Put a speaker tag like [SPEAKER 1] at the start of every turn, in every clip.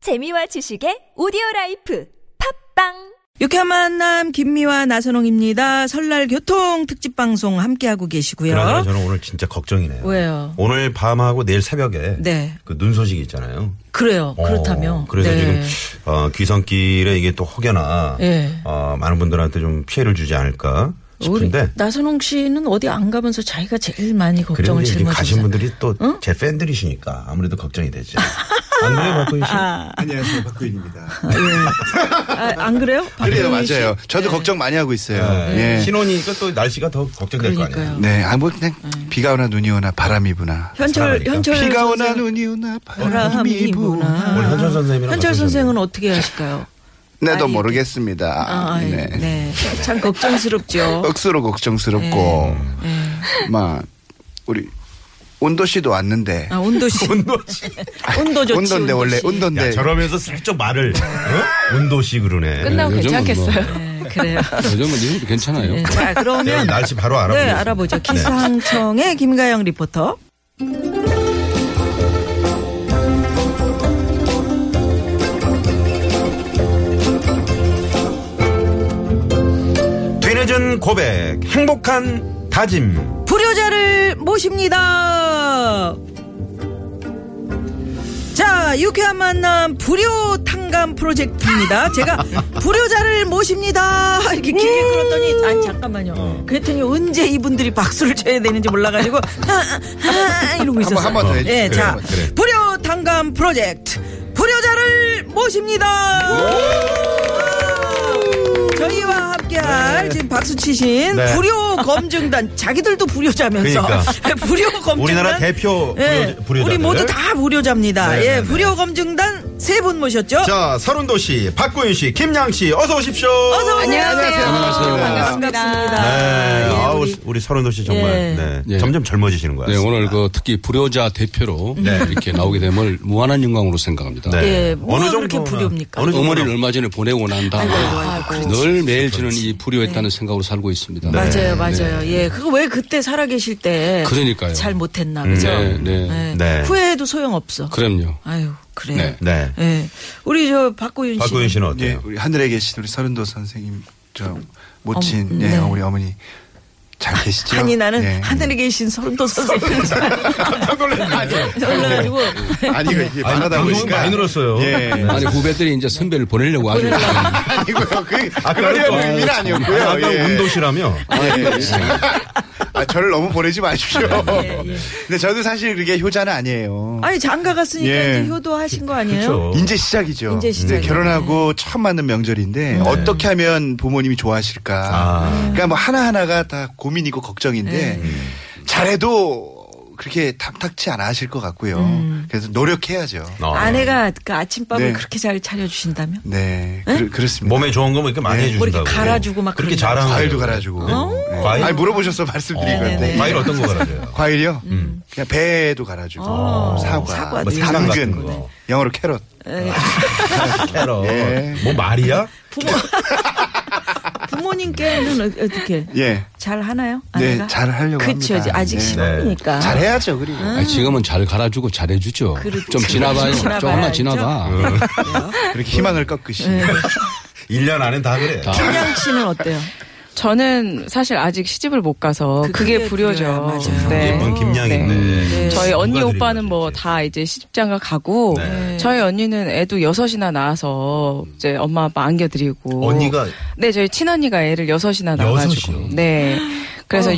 [SPEAKER 1] 재미와 지식의 오디오 라이프 팝빵
[SPEAKER 2] 유쾌한 만남 김미화 나선홍입니다. 설날 교통 특집 방송 함께하고 계시고요.
[SPEAKER 3] 그러나 저는 오늘 진짜 걱정이네요.
[SPEAKER 2] 왜요?
[SPEAKER 3] 오늘 밤하고 내일 새벽에
[SPEAKER 2] 네.
[SPEAKER 3] 그 눈 소식이 있잖아요.
[SPEAKER 2] 그래요. 그렇다면.
[SPEAKER 3] 어, 그래서
[SPEAKER 2] 네.
[SPEAKER 3] 지금 어, 귀성길에 이게 또 혹여나
[SPEAKER 2] 예.
[SPEAKER 3] 어, 많은 분들한테 좀 피해를 주지 않을까 싶은데
[SPEAKER 2] 우리 나선홍 씨는 어디 안 가면서 자기가 제일 많이
[SPEAKER 3] 그리고
[SPEAKER 2] 걱정을
[SPEAKER 3] 이제 지금 가신
[SPEAKER 2] 짊어지잖아요.
[SPEAKER 3] 분들이 또 제 팬들이시니까 아무래도 걱정이 되죠. 안 그래요, 박구인 씨?
[SPEAKER 4] 안녕하세요 박구인입니다.
[SPEAKER 2] 아, 안 그래요?
[SPEAKER 4] 그래요
[SPEAKER 2] 박근혜 씨?
[SPEAKER 4] 맞아요. 저도 걱정 많이 하고 있어요.
[SPEAKER 3] 네.
[SPEAKER 4] 예.
[SPEAKER 3] 신혼이니까 또 날씨가 더 걱정될 거
[SPEAKER 2] 그러니까요.
[SPEAKER 3] 아니에요.
[SPEAKER 4] 네, 아뭐 그냥
[SPEAKER 2] 음.
[SPEAKER 4] 비가 오나 눈이 오나 바람이 부나.
[SPEAKER 2] 현철
[SPEAKER 3] 사람이니까.
[SPEAKER 2] 현철
[SPEAKER 4] 비가 오나
[SPEAKER 2] 선생-
[SPEAKER 4] 눈이 오나
[SPEAKER 2] 바람이
[SPEAKER 4] 바람이 부나.
[SPEAKER 2] 부나.
[SPEAKER 3] 오늘 현철 선생님이랑
[SPEAKER 2] 현철
[SPEAKER 3] 같이
[SPEAKER 2] 선생은
[SPEAKER 3] 오셨네요.
[SPEAKER 2] 어떻게 하실까요?
[SPEAKER 4] 나도
[SPEAKER 2] 아니,
[SPEAKER 4] 네, 모르겠습니다.
[SPEAKER 2] 아, 아이,
[SPEAKER 4] 네.
[SPEAKER 2] 네. 참 걱정스럽죠.
[SPEAKER 4] 억수로 걱정스럽고
[SPEAKER 2] 네.
[SPEAKER 4] 막 우리 온도 씨도 왔는데
[SPEAKER 2] 아, 온도 씨. 온도 좋지.
[SPEAKER 4] 온도인데
[SPEAKER 2] 온도
[SPEAKER 4] 원래
[SPEAKER 2] 씨.
[SPEAKER 3] 야,
[SPEAKER 4] 온도인데
[SPEAKER 3] 저러면서 슬쩍 말을 어? 운도시 그러네.
[SPEAKER 5] 끝나고
[SPEAKER 6] 요즘은 뭐,
[SPEAKER 5] 괜찮겠어요.
[SPEAKER 2] 네, 그래요.
[SPEAKER 6] 요즘은 이분도 괜찮아요.
[SPEAKER 2] 네, 자,
[SPEAKER 3] 제가
[SPEAKER 2] 그러면
[SPEAKER 3] 날씨 바로 알아보죠.
[SPEAKER 2] 네, 알아보죠. 기상청의 김가영 리포터.
[SPEAKER 3] 뒤늦은 고백, 행복한 다짐.
[SPEAKER 2] 불효자를 모십니다. 자, 유쾌한 만남 불효 탕감 프로젝트입니다. 제가 불효자를 모십니다. 이렇게 길게
[SPEAKER 3] 음.
[SPEAKER 2] 끌었더니, 아니, 잠깐만요.
[SPEAKER 3] 어.
[SPEAKER 2] 그랬더니 언제 이분들이 박수를 쳐야 되는지 몰라가지고, 아, 하하하 아, 이러고 있었어요.
[SPEAKER 4] 한번 더 해주세요.
[SPEAKER 2] 예, 자,
[SPEAKER 3] 그래, 그래.
[SPEAKER 2] 불효 탕감 프로젝트. 불효자를 모십니다. 저희와 함께할 지금 박수 치신
[SPEAKER 3] 네.
[SPEAKER 2] 불효 검증단 자기들도 불효자면서
[SPEAKER 3] 그러니까.
[SPEAKER 2] 불효 검증단
[SPEAKER 3] 우리나라 대표
[SPEAKER 2] 예,
[SPEAKER 3] 불효- 불효자들.
[SPEAKER 2] 우리 모두 다 불효자입니다.
[SPEAKER 3] 네, 네,
[SPEAKER 2] 예,
[SPEAKER 3] 네.
[SPEAKER 2] 불효 검증단 세 분 모셨죠?
[SPEAKER 3] 자, 서른도 씨, 박구윤 씨, 김양 씨, 어서 오십시오.
[SPEAKER 2] 어서 오세요.
[SPEAKER 5] 안녕하세요.
[SPEAKER 4] 안녕하세요.
[SPEAKER 2] 반갑습니다.
[SPEAKER 3] 네.
[SPEAKER 2] 예,
[SPEAKER 3] 아우,
[SPEAKER 2] 우리
[SPEAKER 3] 우리 서른도 씨 정말
[SPEAKER 2] 예.
[SPEAKER 3] 네.
[SPEAKER 6] 예.
[SPEAKER 3] 점점 젊어지시는 거같
[SPEAKER 6] 네,
[SPEAKER 3] 습니
[SPEAKER 6] 오늘 그 특히 불효자 대표로 이렇게 나오게 됨을 무한한 영광으로 생각합니다.
[SPEAKER 3] 네.
[SPEAKER 2] 예, 뭐가 그렇게 불효입니까?
[SPEAKER 3] 어느 정도나-
[SPEAKER 6] 어머니를 얼마 전에 보내고 난 다음에 늘 매일 저는 이 불효했다는 생각으로 살고 있습니다.
[SPEAKER 2] 네. 맞아요, 맞아요. 예, 그거 왜 그때 살아계실 때
[SPEAKER 6] 그러니까요.
[SPEAKER 2] 잘 못했나 그죠?
[SPEAKER 6] 네, 네.
[SPEAKER 2] 예,
[SPEAKER 3] 네.
[SPEAKER 2] 후회해도 소용 없어.
[SPEAKER 6] 그럼요.
[SPEAKER 2] 아유, 그래요.
[SPEAKER 6] 네.
[SPEAKER 3] 네.
[SPEAKER 2] 예, 우리 저 박구윤 씨.
[SPEAKER 3] 박구윤 씨는 어때요?
[SPEAKER 4] 예, 우리 하늘에 계신 우리 서른도 선생님 저 모친
[SPEAKER 2] 어머,
[SPEAKER 4] 예,
[SPEAKER 2] 네.
[SPEAKER 4] 우리 어머니 잘 계시죠?
[SPEAKER 2] 아니 나는
[SPEAKER 4] 예.
[SPEAKER 2] 하늘에 계신 서른도 선생님 잘
[SPEAKER 3] 깜짝 놀랐네.
[SPEAKER 2] 놀라가지고
[SPEAKER 4] 아니 이거 이게 반하다
[SPEAKER 3] 방송은
[SPEAKER 4] 보니까
[SPEAKER 3] 많이 늘었어요.
[SPEAKER 4] 예.
[SPEAKER 6] 아니 후배들이 이제 선배를 보내려고 아주
[SPEAKER 4] 아니고요. 그
[SPEAKER 3] 아까는
[SPEAKER 4] 그런 의미는 아니었고요.
[SPEAKER 3] 아까
[SPEAKER 4] 예.
[SPEAKER 3] 운도시라며.
[SPEAKER 4] 아, 저를 너무 보내지 마십시오. 근데 저도 사실 그게 효자는 아니에요.
[SPEAKER 2] 아니 장가 갔으니까
[SPEAKER 4] 예.
[SPEAKER 2] 이제 효도하신 거 아니에요?
[SPEAKER 3] 그렇죠.
[SPEAKER 4] 이제 시작이죠.
[SPEAKER 2] 이제 시작이네.
[SPEAKER 4] 결혼하고 처음 맞는 명절인데 어떻게 하면 부모님이 네. 좋아하실까.
[SPEAKER 3] 아.
[SPEAKER 4] 그러니까 뭐 하나 하나가 다 고민이고
[SPEAKER 2] 네.
[SPEAKER 4] 걱정인데 잘해도 그렇게 탐탁치 않아 하실 것 같고요.
[SPEAKER 2] 음.
[SPEAKER 4] 그래서 노력해야죠.
[SPEAKER 3] 어.
[SPEAKER 2] 아내가 그 아침밥을
[SPEAKER 4] 네.
[SPEAKER 2] 그렇게 잘 차려주신다면?
[SPEAKER 4] 네, 그, 그렇습니다.
[SPEAKER 3] 몸에 좋은 거뭐 이렇게 많이
[SPEAKER 4] 네.
[SPEAKER 3] 해주신다고.
[SPEAKER 2] 뭐 이렇게 갈아주고 막
[SPEAKER 3] 그렇게
[SPEAKER 2] 그런다.
[SPEAKER 3] 자랑.
[SPEAKER 4] 과일도 갈아주고. 네.
[SPEAKER 3] 과일?
[SPEAKER 4] 아니 물어보셔서 말씀드린
[SPEAKER 3] 어,
[SPEAKER 4] 건데.
[SPEAKER 3] 과일 어떤 거 갈아줘요?
[SPEAKER 4] 과일이요? 음. 그냥 배도 갈아주고
[SPEAKER 2] 음. 어.
[SPEAKER 4] 사과,
[SPEAKER 2] 사과,
[SPEAKER 4] 뭐
[SPEAKER 2] 네.
[SPEAKER 3] 사랑
[SPEAKER 4] 당근,
[SPEAKER 3] 같은 거.
[SPEAKER 4] 영어로 캐럿.
[SPEAKER 3] 캐럿.
[SPEAKER 4] 예.
[SPEAKER 3] 뭐 말이야?
[SPEAKER 2] 부모 부모님께는 어- 어떻게
[SPEAKER 4] 예,
[SPEAKER 2] 잘 하나요?
[SPEAKER 4] 네,
[SPEAKER 2] 아내가?
[SPEAKER 4] 잘 하려고
[SPEAKER 2] 그쵸,
[SPEAKER 4] 합니다.
[SPEAKER 2] 아직
[SPEAKER 4] 네.
[SPEAKER 2] 신혼이니까.
[SPEAKER 4] 잘해야죠 그리고.
[SPEAKER 6] 아니, 지금은 잘 갈아주고 잘해주죠.
[SPEAKER 2] 그렇죠.
[SPEAKER 6] 좀 지나봐요.
[SPEAKER 2] 지나봐야죠.
[SPEAKER 6] 조금만 지나봐.
[SPEAKER 4] 그렇게 희망을 꺾으시는.
[SPEAKER 3] 1년 안엔 다 그래.
[SPEAKER 2] 김양 씨는 어때요?
[SPEAKER 5] 저는 사실 아직 시집을 못 가서
[SPEAKER 2] 그-
[SPEAKER 5] 그게
[SPEAKER 2] 그게 불효야,
[SPEAKER 5] 불효죠. 네.
[SPEAKER 2] 맞아요.
[SPEAKER 3] 예쁜 어,
[SPEAKER 2] 네.
[SPEAKER 3] 김양인데.
[SPEAKER 5] 저희
[SPEAKER 3] 누가
[SPEAKER 5] 언니
[SPEAKER 3] 드린
[SPEAKER 5] 오빠는
[SPEAKER 3] 거지?
[SPEAKER 5] 뭐 다 이제 시집장가 가고
[SPEAKER 3] 네.
[SPEAKER 5] 저희 언니는 애도 여섯이나 낳아서 이제 엄마 아빠 안겨드리고
[SPEAKER 3] 언니가
[SPEAKER 5] 네 저희 친언니가 애를 여섯이나
[SPEAKER 3] 여섯이요?
[SPEAKER 5] 낳아가지고 네 그래서
[SPEAKER 2] 어,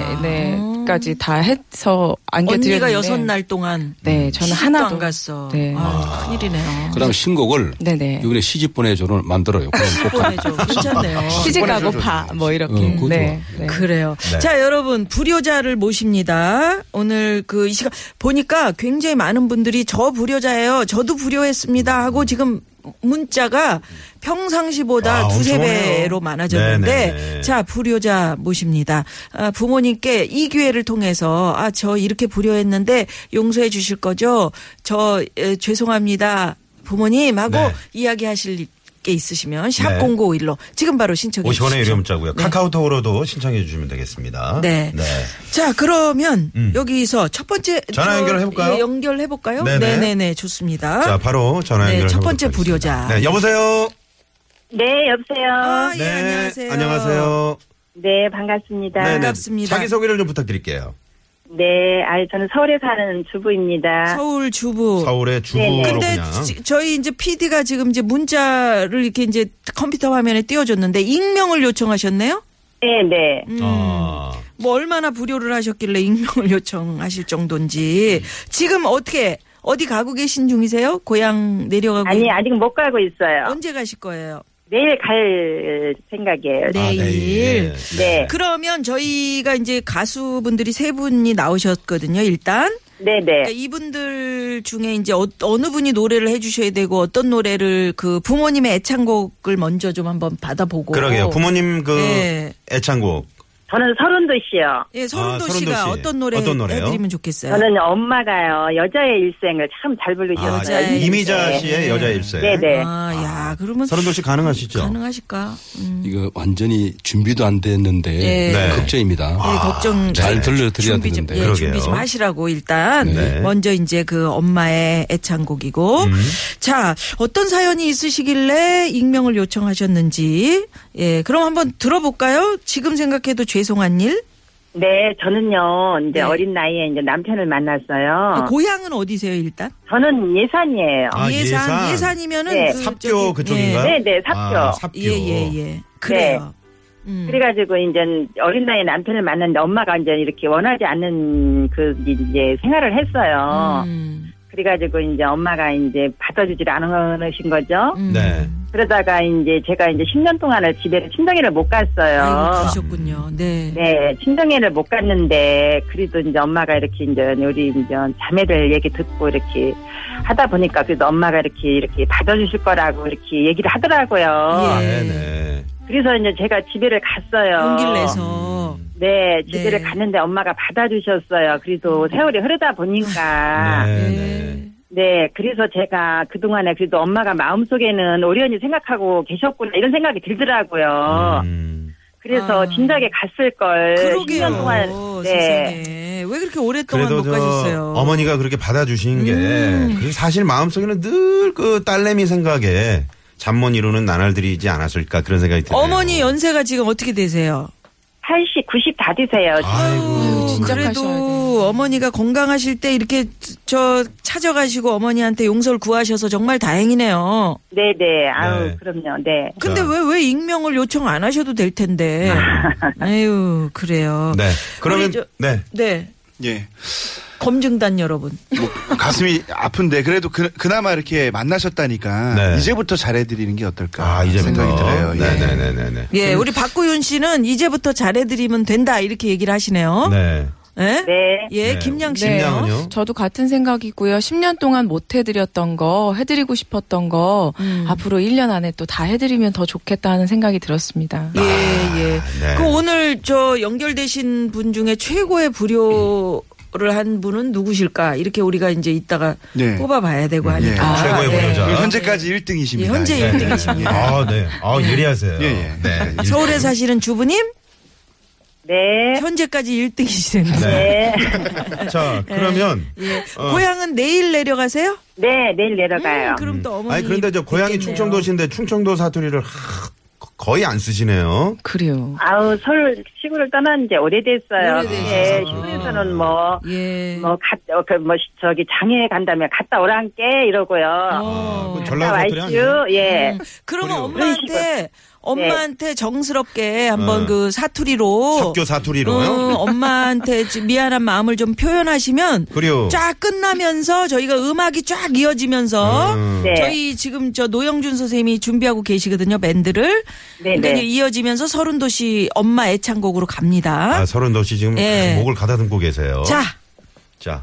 [SPEAKER 5] 육남매까지 다 해서 안겨드렸는데
[SPEAKER 2] 언니가 여섯 날 동안
[SPEAKER 5] 네 저는
[SPEAKER 2] 시집도
[SPEAKER 5] 하나도
[SPEAKER 2] 안 갔어.
[SPEAKER 5] 네.
[SPEAKER 2] 아, 큰일이네요. 음.
[SPEAKER 6] 그다음 신곡을
[SPEAKER 5] 네네
[SPEAKER 3] 아.
[SPEAKER 6] 이번에 시집 보내줘를 만들어요. 그럼 꼭 가-
[SPEAKER 2] 보내줘. 괜찮네요.
[SPEAKER 5] 시집 가고
[SPEAKER 4] 보내줘도
[SPEAKER 5] 파 뭐 이렇게
[SPEAKER 6] 어, 그거
[SPEAKER 5] 네. 네.
[SPEAKER 2] 그래요. 자, 여러분, 불효자를 모십니다. 오늘 그 이 시간 보니까 굉장히 많은 분들이 저 불효자예요. 저도 불효했습니다. 하고 지금 문자가 평상시보다
[SPEAKER 3] 아,
[SPEAKER 2] 두세
[SPEAKER 3] 엄청나네요.
[SPEAKER 2] 배로 많아졌는데
[SPEAKER 3] 네네네.
[SPEAKER 2] 자, 불효자 모십니다. 아, 부모님께 이 기회를 통해서 아, 저 이렇게 불효했는데 용서해 주실 거죠? 저 에, 죄송합니다. 부모님 하고
[SPEAKER 3] 네.
[SPEAKER 2] 이야기하실 게 있으시면 샵 0951로 지금 바로 신청해
[SPEAKER 3] 50원의
[SPEAKER 2] 주십시오.
[SPEAKER 3] 유료 문자고요.
[SPEAKER 2] 네.
[SPEAKER 3] 카카오톡으로도 신청해 주시면 되겠습니다.
[SPEAKER 2] 네. 자, 그러면 여기서 첫 번째
[SPEAKER 3] 음. 전화
[SPEAKER 2] 저-
[SPEAKER 3] 연결을 해볼까요?
[SPEAKER 2] 예, 연결해 볼까요?
[SPEAKER 3] 네네.
[SPEAKER 2] 네, 네, 네. 좋습니다.
[SPEAKER 3] 자, 바로 전화
[SPEAKER 2] 네,
[SPEAKER 3] 연결.
[SPEAKER 2] 첫 번째 불효자.
[SPEAKER 3] 네, 여보세요.
[SPEAKER 7] 네, 여보세요.
[SPEAKER 2] 아, 예,
[SPEAKER 3] 네,
[SPEAKER 2] 안녕하세요.
[SPEAKER 3] 안녕하세요.
[SPEAKER 7] 네, 반갑습니다.
[SPEAKER 3] 네, 네.
[SPEAKER 2] 반갑습니다.
[SPEAKER 3] 자기 소개를 좀 부탁드릴게요.
[SPEAKER 7] 네, 아, 저는 서울에 사는 주부입니다.
[SPEAKER 2] 서울 주부.
[SPEAKER 3] 서울의 주부로
[SPEAKER 7] 네.
[SPEAKER 2] 근데
[SPEAKER 3] 그냥.
[SPEAKER 2] 지- 저희 이제 PD가 지금 이제 문자를 이렇게 이제 컴퓨터 화면에 띄워줬는데 익명을 요청하셨네요?
[SPEAKER 7] 네, 네.
[SPEAKER 2] 음.
[SPEAKER 3] 아,
[SPEAKER 2] 뭐 얼마나 불효를 하셨길래 익명을 요청하실 정도인지 지금 어떻게 어디 가고 계신 중이세요? 고향 내려가고
[SPEAKER 7] 아니,
[SPEAKER 2] 있-
[SPEAKER 7] 아직 못 가고 있어요.
[SPEAKER 2] 네. 언제 가실 거예요?
[SPEAKER 7] 내일 갈 생각이에요.
[SPEAKER 3] 아,
[SPEAKER 2] 네. 내일.
[SPEAKER 3] 예.
[SPEAKER 7] 네,
[SPEAKER 2] 그러면 저희가 이제 가수분들이 세 분이 나오셨거든요. 일단
[SPEAKER 7] 네,
[SPEAKER 2] 그러니까
[SPEAKER 7] 네.
[SPEAKER 2] 이분들 중에 이제 어, 느 분이 노래를 해주셔야 되고 어떤 노래를 그 부모님의 애창곡을 먼저 좀 한번 받아보고
[SPEAKER 3] 그러게요. 부모님 그
[SPEAKER 2] 네.
[SPEAKER 3] 애창곡.
[SPEAKER 7] 저는 서른도 씨요.
[SPEAKER 2] 예, 서른도
[SPEAKER 3] 아, 서른도
[SPEAKER 2] 씨가
[SPEAKER 3] 씨.
[SPEAKER 2] 어떤 노래
[SPEAKER 3] 어떤 노래요?
[SPEAKER 2] 해드리면 좋겠어요.
[SPEAKER 7] 저는 엄마가요, 여자의 일생을 참 잘
[SPEAKER 3] 아,
[SPEAKER 7] 부르셨어요.
[SPEAKER 2] 여자의
[SPEAKER 3] 이미자
[SPEAKER 7] 네.
[SPEAKER 3] 씨의 여자 일세.
[SPEAKER 7] 네, 네.
[SPEAKER 2] 아, 야, 그러면
[SPEAKER 3] 서른도 씨 가능하시죠?
[SPEAKER 2] 가능하실까? 음.
[SPEAKER 6] 이거 완전히 준비도 안 됐는데
[SPEAKER 2] 예.
[SPEAKER 3] 네.
[SPEAKER 6] 걱정입니다. 아,
[SPEAKER 2] 예, 걱정
[SPEAKER 6] 잘 들려드려야
[SPEAKER 2] 준비 좀,
[SPEAKER 6] 되는데.
[SPEAKER 2] 예,
[SPEAKER 3] 그러게요.
[SPEAKER 2] 준비 좀 하시라고 일단
[SPEAKER 3] 네.
[SPEAKER 2] 먼저 이제 그 엄마의 애창곡이고
[SPEAKER 3] 음.
[SPEAKER 2] 자 어떤 사연이 있으시길래 익명을 요청하셨는지 예 그럼 한번 들어볼까요? 지금 생각해도 죄송한 일
[SPEAKER 7] 네, 저는요, 이제
[SPEAKER 2] 네.
[SPEAKER 7] 어린 나이에 이제 남편을 만났어요.
[SPEAKER 2] 아, 고향은 어디세요 일단?
[SPEAKER 7] 저는 예산이에요.
[SPEAKER 3] 아, 예산.
[SPEAKER 2] 예산이면은
[SPEAKER 7] 네.
[SPEAKER 2] 그
[SPEAKER 3] 삽교
[SPEAKER 2] 저기-
[SPEAKER 3] 그쪽인가요?
[SPEAKER 7] 네, 네, 삽교.
[SPEAKER 3] 아, 삽교.
[SPEAKER 2] 예, 예, 예, 예. 그래요. 음.
[SPEAKER 7] 그래가지고 이제 어린 나이에 남편을 만났는데 엄마가 이제 이렇게 원하지 않는 그 이제 생활을 했어요.
[SPEAKER 2] 음,
[SPEAKER 7] 그래가지고 이제 엄마가 이제 받아주질 않으신 거죠.
[SPEAKER 2] 음.
[SPEAKER 3] 네.
[SPEAKER 7] 그러다가 이제 제가 이제 10년 동안을 집에 친정에를 못
[SPEAKER 2] 아이고
[SPEAKER 7] 갔어요.
[SPEAKER 2] 그러셨군요. 네.
[SPEAKER 7] 네, 친정에를 못 갔는데 그래도 이제 엄마가 이렇게 이제 우리 이제 자매들 얘기 듣고 이렇게 하다 보니까 그래도 엄마가 이렇게 이렇게 받아주실 거라고 이렇게 얘기를 하더라고요.
[SPEAKER 2] 예.
[SPEAKER 3] 네, 네.
[SPEAKER 7] 그래서 이제 제가 집에를 갔어요.
[SPEAKER 2] 용기를 내서
[SPEAKER 7] 네,
[SPEAKER 2] 네.
[SPEAKER 7] 집에를
[SPEAKER 2] 음.
[SPEAKER 7] 갔는데 엄마가 받아주셨어요. 그래도 세월이 흐르다 보니까.
[SPEAKER 3] 네, 네.
[SPEAKER 2] 네.
[SPEAKER 7] 네, 그래서 제가 그동안에 그래도 엄마가 마음속에는 오련히 생각하고 계셨구나, 이런 생각이
[SPEAKER 2] 어.
[SPEAKER 7] 들더라고요.
[SPEAKER 3] 음.
[SPEAKER 7] 그래서
[SPEAKER 2] 아.
[SPEAKER 7] 진작에 갔을 걸. 10년 동안.
[SPEAKER 2] 그러게요.
[SPEAKER 7] 네.
[SPEAKER 2] 세상에. 왜 그렇게 오랫동안
[SPEAKER 3] 그래도
[SPEAKER 2] 못
[SPEAKER 3] 저
[SPEAKER 2] 가셨어요?
[SPEAKER 3] 어머니가 그렇게 받아주신 게
[SPEAKER 2] 음.
[SPEAKER 3] 그리고 사실 마음속에는 늘 그 딸내미 생각에 잠 못 이루는 나날들이지 않았을까 그런 생각이 드네요.
[SPEAKER 2] 어머니 연세가 지금 어떻게 되세요?
[SPEAKER 7] 80, 90 다 되세요.
[SPEAKER 3] 아이고
[SPEAKER 5] 진짜 가셔야
[SPEAKER 2] 그래도
[SPEAKER 5] 돼.
[SPEAKER 2] 어머니가 건강하실 때 이렇게 저 찾아가시고 어머니한테 용서를 구하셔서 정말 다행이네요.
[SPEAKER 7] 네네. 아우,
[SPEAKER 3] 네.
[SPEAKER 7] 그럼요. 네.
[SPEAKER 2] 근데
[SPEAKER 3] 자.
[SPEAKER 2] 왜 왜 익명을 요청 안 하셔도 될 텐데. 아유 그래요.
[SPEAKER 3] 네. 그러면
[SPEAKER 2] 우리 저-
[SPEAKER 3] 네.
[SPEAKER 2] 네,
[SPEAKER 4] 예.
[SPEAKER 2] 검증단 여러분.
[SPEAKER 4] 뭐 가슴이 아픈데 그래도 그, 그나마 이렇게 만나셨다니까
[SPEAKER 3] 네.
[SPEAKER 4] 이제부터 잘해드리는 게 어떨까
[SPEAKER 3] 아, 이제부터
[SPEAKER 4] 생각이 들어요. 예.
[SPEAKER 3] 네, 네, 네, 네, 네.
[SPEAKER 2] 예, 우리 박구윤 씨는 이제부터 잘해드리면 된다 이렇게 얘기를 하시네요.
[SPEAKER 3] 네.
[SPEAKER 2] 예?
[SPEAKER 7] 네.
[SPEAKER 2] 예,
[SPEAKER 3] 네.
[SPEAKER 2] 김양 씨요.
[SPEAKER 5] 네.
[SPEAKER 3] 심장은요?
[SPEAKER 5] 저도 같은 생각이고요. 10년 동안 못 해드렸던 거, 해드리고 싶었던 거, 앞으로 1년 안에 또 다 해드리면 더 좋겠다 하는 생각이 들었습니다.
[SPEAKER 4] 아.
[SPEAKER 2] 예, 예.
[SPEAKER 3] 네.
[SPEAKER 2] 그 오늘 저 연결되신 분 중에 최고의 불효를 한 분은 누구실까? 이렇게 우리가 이제 이따가
[SPEAKER 4] 네.
[SPEAKER 2] 뽑아봐야 되고 하니까.
[SPEAKER 5] 아,
[SPEAKER 3] 최고의
[SPEAKER 5] 네.
[SPEAKER 3] 불효자.
[SPEAKER 4] 그리고 현재까지 1등이십니다.
[SPEAKER 2] 예, 현재 1등이십니다.
[SPEAKER 3] 네. 아, 네. 아, 예리하세요.
[SPEAKER 4] 예, 예.
[SPEAKER 3] 네.
[SPEAKER 2] 아, 서울에 사시는 주부님
[SPEAKER 7] 네.
[SPEAKER 2] 현재까지 1등이시던데.
[SPEAKER 3] 네.
[SPEAKER 7] 네.
[SPEAKER 3] 자, 그러면
[SPEAKER 2] 예.
[SPEAKER 3] 어.
[SPEAKER 2] 고향은 내일 내려가세요?
[SPEAKER 7] 네, 내일 내려가요.
[SPEAKER 2] 음, 그럼 또 어머니.
[SPEAKER 3] 아니 그런데 저 고향이
[SPEAKER 2] 뵙겠네요.
[SPEAKER 3] 충청도신데 충청도 사투리를 하- 거의 안 쓰시네요.
[SPEAKER 5] 그래요.
[SPEAKER 7] 아우, 서울 시골을 떠난 지 오래됐어요.
[SPEAKER 2] 오래되셨어요.
[SPEAKER 7] 네, 시골에서는 뭐,
[SPEAKER 2] 예.
[SPEAKER 7] 뭐, 갔, 어, 그, 뭐, 시- 저기, 장에 간다면 갔다 오란께, 이러고요.
[SPEAKER 3] 아,
[SPEAKER 2] 어. 음.
[SPEAKER 3] 그건
[SPEAKER 7] 갔다
[SPEAKER 3] 전라도 사투리 아니에요?
[SPEAKER 7] 와이슈, 예.
[SPEAKER 2] 그러면
[SPEAKER 3] 그리고-
[SPEAKER 2] 엄마한테 엄마한테 정스럽게 한번
[SPEAKER 3] 어.
[SPEAKER 2] 그 사투리로
[SPEAKER 3] 학교 사투리로요?
[SPEAKER 2] 음, 엄마한테 지- 미안한 마음을 좀 표현하시면
[SPEAKER 3] 그래요.
[SPEAKER 2] 쫙 끝나면서 저희가 음악이 쫙 이어지면서
[SPEAKER 3] 음.
[SPEAKER 7] 네.
[SPEAKER 2] 저희 지금 저 노영준 선생님이 준비하고 계시거든요 밴드를
[SPEAKER 7] 네,
[SPEAKER 2] 그러니까
[SPEAKER 7] 네.
[SPEAKER 2] 이제 이어지면서 서른도시 엄마 애창곡으로 갑니다.
[SPEAKER 3] 아, 어? 서른도 씨 지금
[SPEAKER 2] 예.
[SPEAKER 3] 목을 가다듬고 계세요.
[SPEAKER 2] 자,
[SPEAKER 3] 자.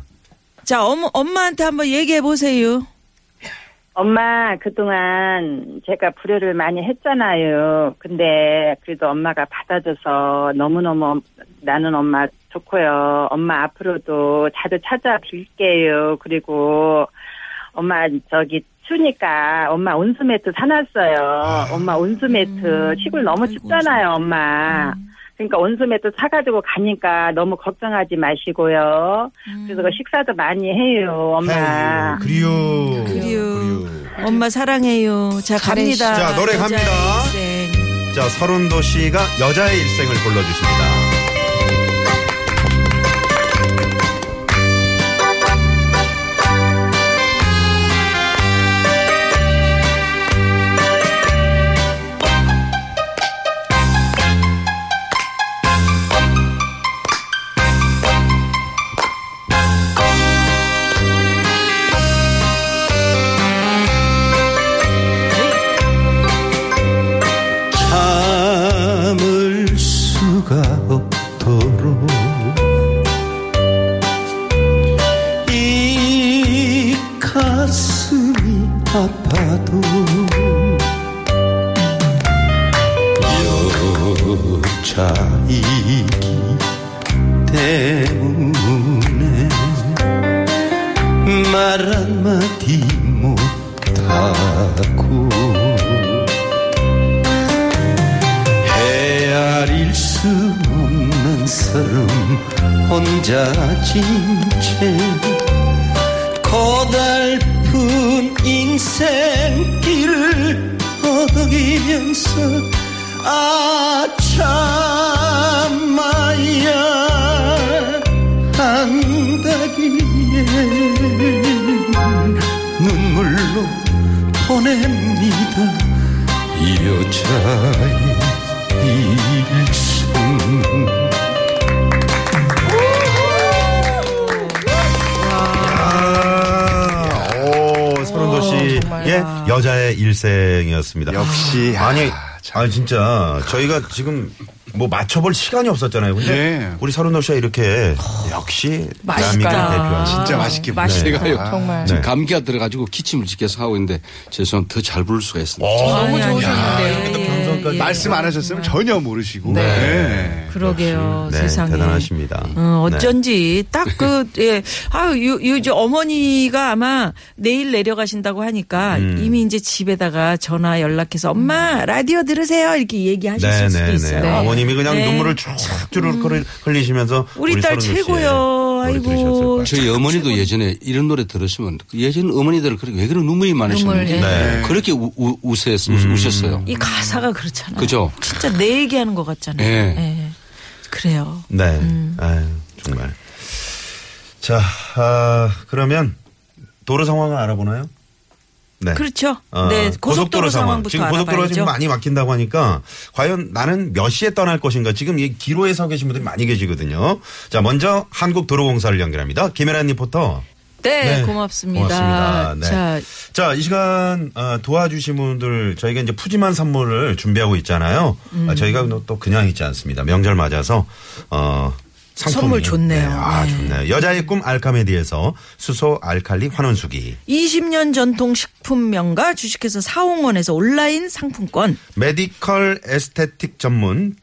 [SPEAKER 2] 자 엄, 엄마한테 한번 얘기해 보세요.
[SPEAKER 3] 어,
[SPEAKER 7] 엄마, 그동안 제가 불효를 많이 했잖아요. 근데 그래도 엄마가 받아줘서 너무너무 엄- 나는 엄마 좋고요. 엄마 앞으로도 자주 찾아뵐게요. 그리고 엄마 저기 추우니까 엄마 온수 매트 사놨어요. 엄마 온수 매트 시골 너무 춥잖아요, 엄마. 그러니까 온수 매트 사가지고 가니까 너무 걱정하지 마시고요. 그래서 그 식사도 많이 해요, 엄마.
[SPEAKER 3] 그리요.
[SPEAKER 2] 그리요. 엄마 사랑해요. 자 갑니다.
[SPEAKER 3] 자, 노래 갑니다.
[SPEAKER 2] 여자의 인생.
[SPEAKER 3] 자, 서른도 씨가 여자의 일생을 골라주십니다.
[SPEAKER 8] 참을 수가 없도록 이 가슴이 아파도 여자이기 때문에 말 한마디 못하고 헤아릴 수 없는 서름 혼자 진채 고달픈 인생길을 허덕이면서 아 참아야 한다기에 눈물로 보냅니다 이 여자의 일생
[SPEAKER 3] 아, 오, 서른도
[SPEAKER 2] 어,
[SPEAKER 3] 씨의 여자의 일생이었습니다.
[SPEAKER 4] 역시
[SPEAKER 3] 예. 아니,
[SPEAKER 4] 아, 참.
[SPEAKER 3] 아 진짜 저희가 지금 뭐 맞춰볼 시간이 없었잖아요. 근데
[SPEAKER 4] 예.
[SPEAKER 3] 우리 서른도 씨가 이렇게 역시 대한민국
[SPEAKER 5] 맛있다.
[SPEAKER 3] 대표.
[SPEAKER 4] 진짜 맛있게 먹네.
[SPEAKER 2] 아, 맛있다.
[SPEAKER 6] 제가요.
[SPEAKER 5] 정말.
[SPEAKER 3] 네.
[SPEAKER 6] 지금 감기가 들어가지고 기침을 지켜서 하고 있는데 죄송합니다. 더잘 부를 수가 있습니다.
[SPEAKER 3] 어.
[SPEAKER 5] 너무 좋으셨는데요.
[SPEAKER 3] 아, 방송까지.
[SPEAKER 4] 말씀 안 하셨으면 전혀 모르시고. 네.
[SPEAKER 2] 예. 그러게요.
[SPEAKER 3] 네,
[SPEAKER 2] 세상에.
[SPEAKER 3] 대단하십니다. 음,
[SPEAKER 2] 어, 어쩐지 딱 그 예. 아, 요, 요 이제 어머니가 아마 내일 내려가신다고 하니까
[SPEAKER 3] 음.
[SPEAKER 2] 이미 이제 집에다가 전화 연락해서 엄마 라디오 들으세요 이렇게 얘기하실 수도 있어요.
[SPEAKER 3] 네네네. 어머님이 그냥
[SPEAKER 2] 네. 음.
[SPEAKER 3] 눈물을 쭉 주르륵 흘리- 흘리시면서
[SPEAKER 2] 우리 딸
[SPEAKER 3] 서른도 씨의
[SPEAKER 2] 최고요.
[SPEAKER 3] 노래
[SPEAKER 2] 아이고.
[SPEAKER 3] 들으셨을 거예요.
[SPEAKER 6] 저희 어머니도 예전에 이런 노래 들으시면 예전 어머니들 그렇게 왜 그런 눈물이 많으셨는지
[SPEAKER 5] 눈물, 예.
[SPEAKER 3] 네. 음.
[SPEAKER 6] 그렇게 우, 우, 우세했, 우셨어요.
[SPEAKER 2] 이 가사가 그렇잖아요.
[SPEAKER 6] 그죠?
[SPEAKER 2] 진짜 내 얘기하는 것 같잖아요.
[SPEAKER 6] 예.
[SPEAKER 2] 예. 그래요.
[SPEAKER 3] 네.
[SPEAKER 2] 음.
[SPEAKER 3] 아유, 정말. 자, 아, 그러면 도로 상황을 알아보나요? 네.
[SPEAKER 2] 그렇죠.
[SPEAKER 3] 어,
[SPEAKER 2] 네, 고속도로, 상황부터
[SPEAKER 3] 지금 고속도로
[SPEAKER 2] 알아봐야죠.
[SPEAKER 3] 지금 많이 막힌다고 하니까 과연 나는 몇 시에 떠날 것인가 지금 이 기로에 서 계신 분들이 많이 계시거든요. 자, 먼저 한국도로공사를 연결합니다. 김혜란 리포터.
[SPEAKER 2] 네,
[SPEAKER 3] 네,
[SPEAKER 2] 고맙습니다.
[SPEAKER 3] 고맙습니다. 네.
[SPEAKER 2] 자,
[SPEAKER 3] 자, 이 시간 어, 도와주신 분들 저희가 이제 푸짐한 선물을 준비하고 있잖아요.
[SPEAKER 2] 음.
[SPEAKER 3] 아, 저희가 또 그냥 있지 않습니다. 명절 맞아서 어 상품이.
[SPEAKER 2] 선물 좋네요.
[SPEAKER 3] 네, 아,
[SPEAKER 2] 네.
[SPEAKER 3] 좋네요. 여자의 꿈 알카메디에서 수소 알칼리 환원수기.
[SPEAKER 2] 20년 전통 식품 명가 주식회사 사홍원에서 온라인 상품권.
[SPEAKER 3] 메디컬 에스테틱 전문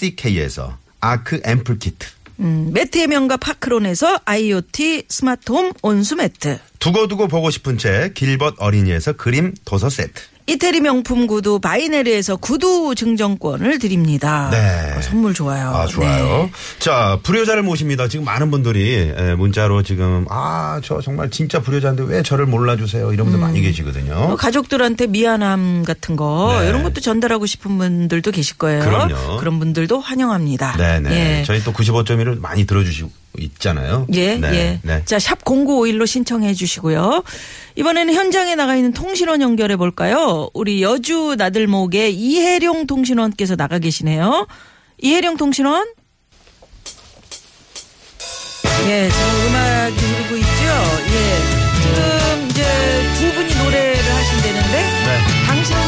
[SPEAKER 3] DMCK에서 아크 앰플 키트.
[SPEAKER 2] 음, 매트의 명가 파크론에서 IoT 스마트홈 온수 매트.
[SPEAKER 3] 두고두고 보고 싶은 책 길벗 어린이에서 그림 도서 세트.
[SPEAKER 2] 이태리 명품 구두 바이네르에서 구두 증정권을 드립니다.
[SPEAKER 3] 네.
[SPEAKER 2] 어, 선물 좋아요.
[SPEAKER 3] 아,
[SPEAKER 2] 네.
[SPEAKER 3] 좋아요. 자, 불효자를 모십니다. 지금 많은 분들이 에, 문자로 지금 아, 저 정말 진짜 불효자인데 왜 저를 몰라주세요. 이런 분들 많이
[SPEAKER 2] 어,
[SPEAKER 3] 계시거든요.
[SPEAKER 2] 가족들한테 미안함 같은 거
[SPEAKER 3] 네.
[SPEAKER 2] 이런 것도 전달하고 싶은 분들도 계실 거예요.
[SPEAKER 3] 그럼요.
[SPEAKER 2] 런 분들도 환영합니다.
[SPEAKER 3] 네네.
[SPEAKER 2] 예.
[SPEAKER 3] 저희 또 95.1을 많이 들어주시고 있잖아요.
[SPEAKER 2] 예,
[SPEAKER 3] 네,
[SPEAKER 2] 예.
[SPEAKER 3] 네.
[SPEAKER 2] 자, 샵 0951로 신청해 주시고요. 이번에는 현장에 나가 있는 통신원 연결해 볼까요? 우리 여주 나들목의 이혜룡 통신원께서 나가 계시네요. 이혜룡 통신원? 예, 지금 음악 들리고 있죠? 예. 지금 이제 두 분이 노래를 하신다는데 당신 좋아?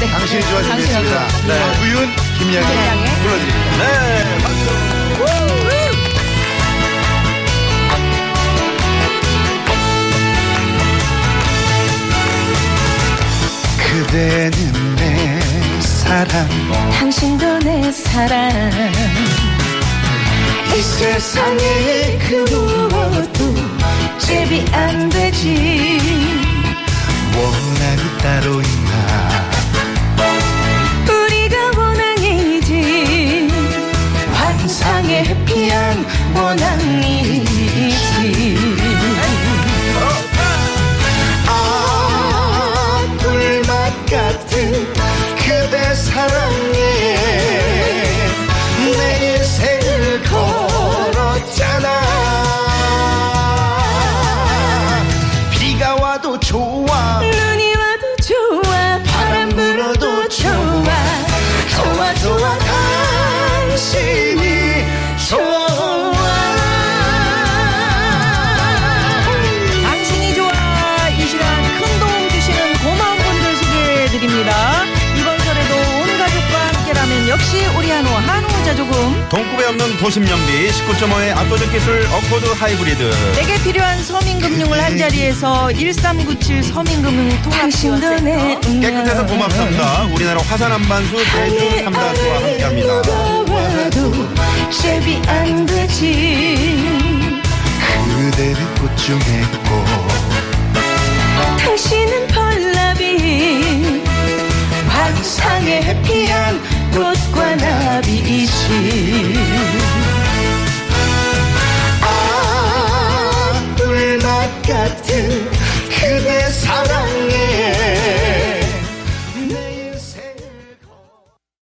[SPEAKER 4] 네. 당신이 좋아지겠습니다.
[SPEAKER 5] 네. 당신이 좋아.
[SPEAKER 4] 구윤, 김양이
[SPEAKER 5] 김양의
[SPEAKER 4] 불러드립니다.
[SPEAKER 3] 네, 박수.
[SPEAKER 4] 그대는 내 사랑
[SPEAKER 5] 당신도 내 사랑
[SPEAKER 4] 이 세상에 그 무엇도
[SPEAKER 5] 제비 안 되지
[SPEAKER 4] 원한이 따로 있나
[SPEAKER 8] 우리가 원앙이지 환상의 해피한 원앙이지
[SPEAKER 4] 아 불맛 같은 그대 사랑에 내 인생을 걸었잖아 비가 와도 좋아
[SPEAKER 8] 눈이 와도 좋아 바람 불어도 좋아 좋아 좋아 당신이 좋아
[SPEAKER 2] 당신이 좋아 이 시간 큰 도움 주시는 고마운 분들 소개해드립니다. 이번 설에도 온 가족과 함께라면 역시 우리 한우 한우 자조금
[SPEAKER 3] 동급에 없는 도심연비 19.5의 압도적 기술 어코드 하이브리드
[SPEAKER 2] 내게 필요한 서민금융을 한자리에서 1397 서민금융
[SPEAKER 8] 당신도 내
[SPEAKER 2] 통합지원센터
[SPEAKER 3] 깨끗해서 고맙습니다. 우리나라 화산 한반수 대주 삼다수와 함께합니다.
[SPEAKER 8] 누가 와도 제비 안 되지
[SPEAKER 4] 그대를 꽃중했고
[SPEAKER 8] 당신은 벌나비 환상의 해피한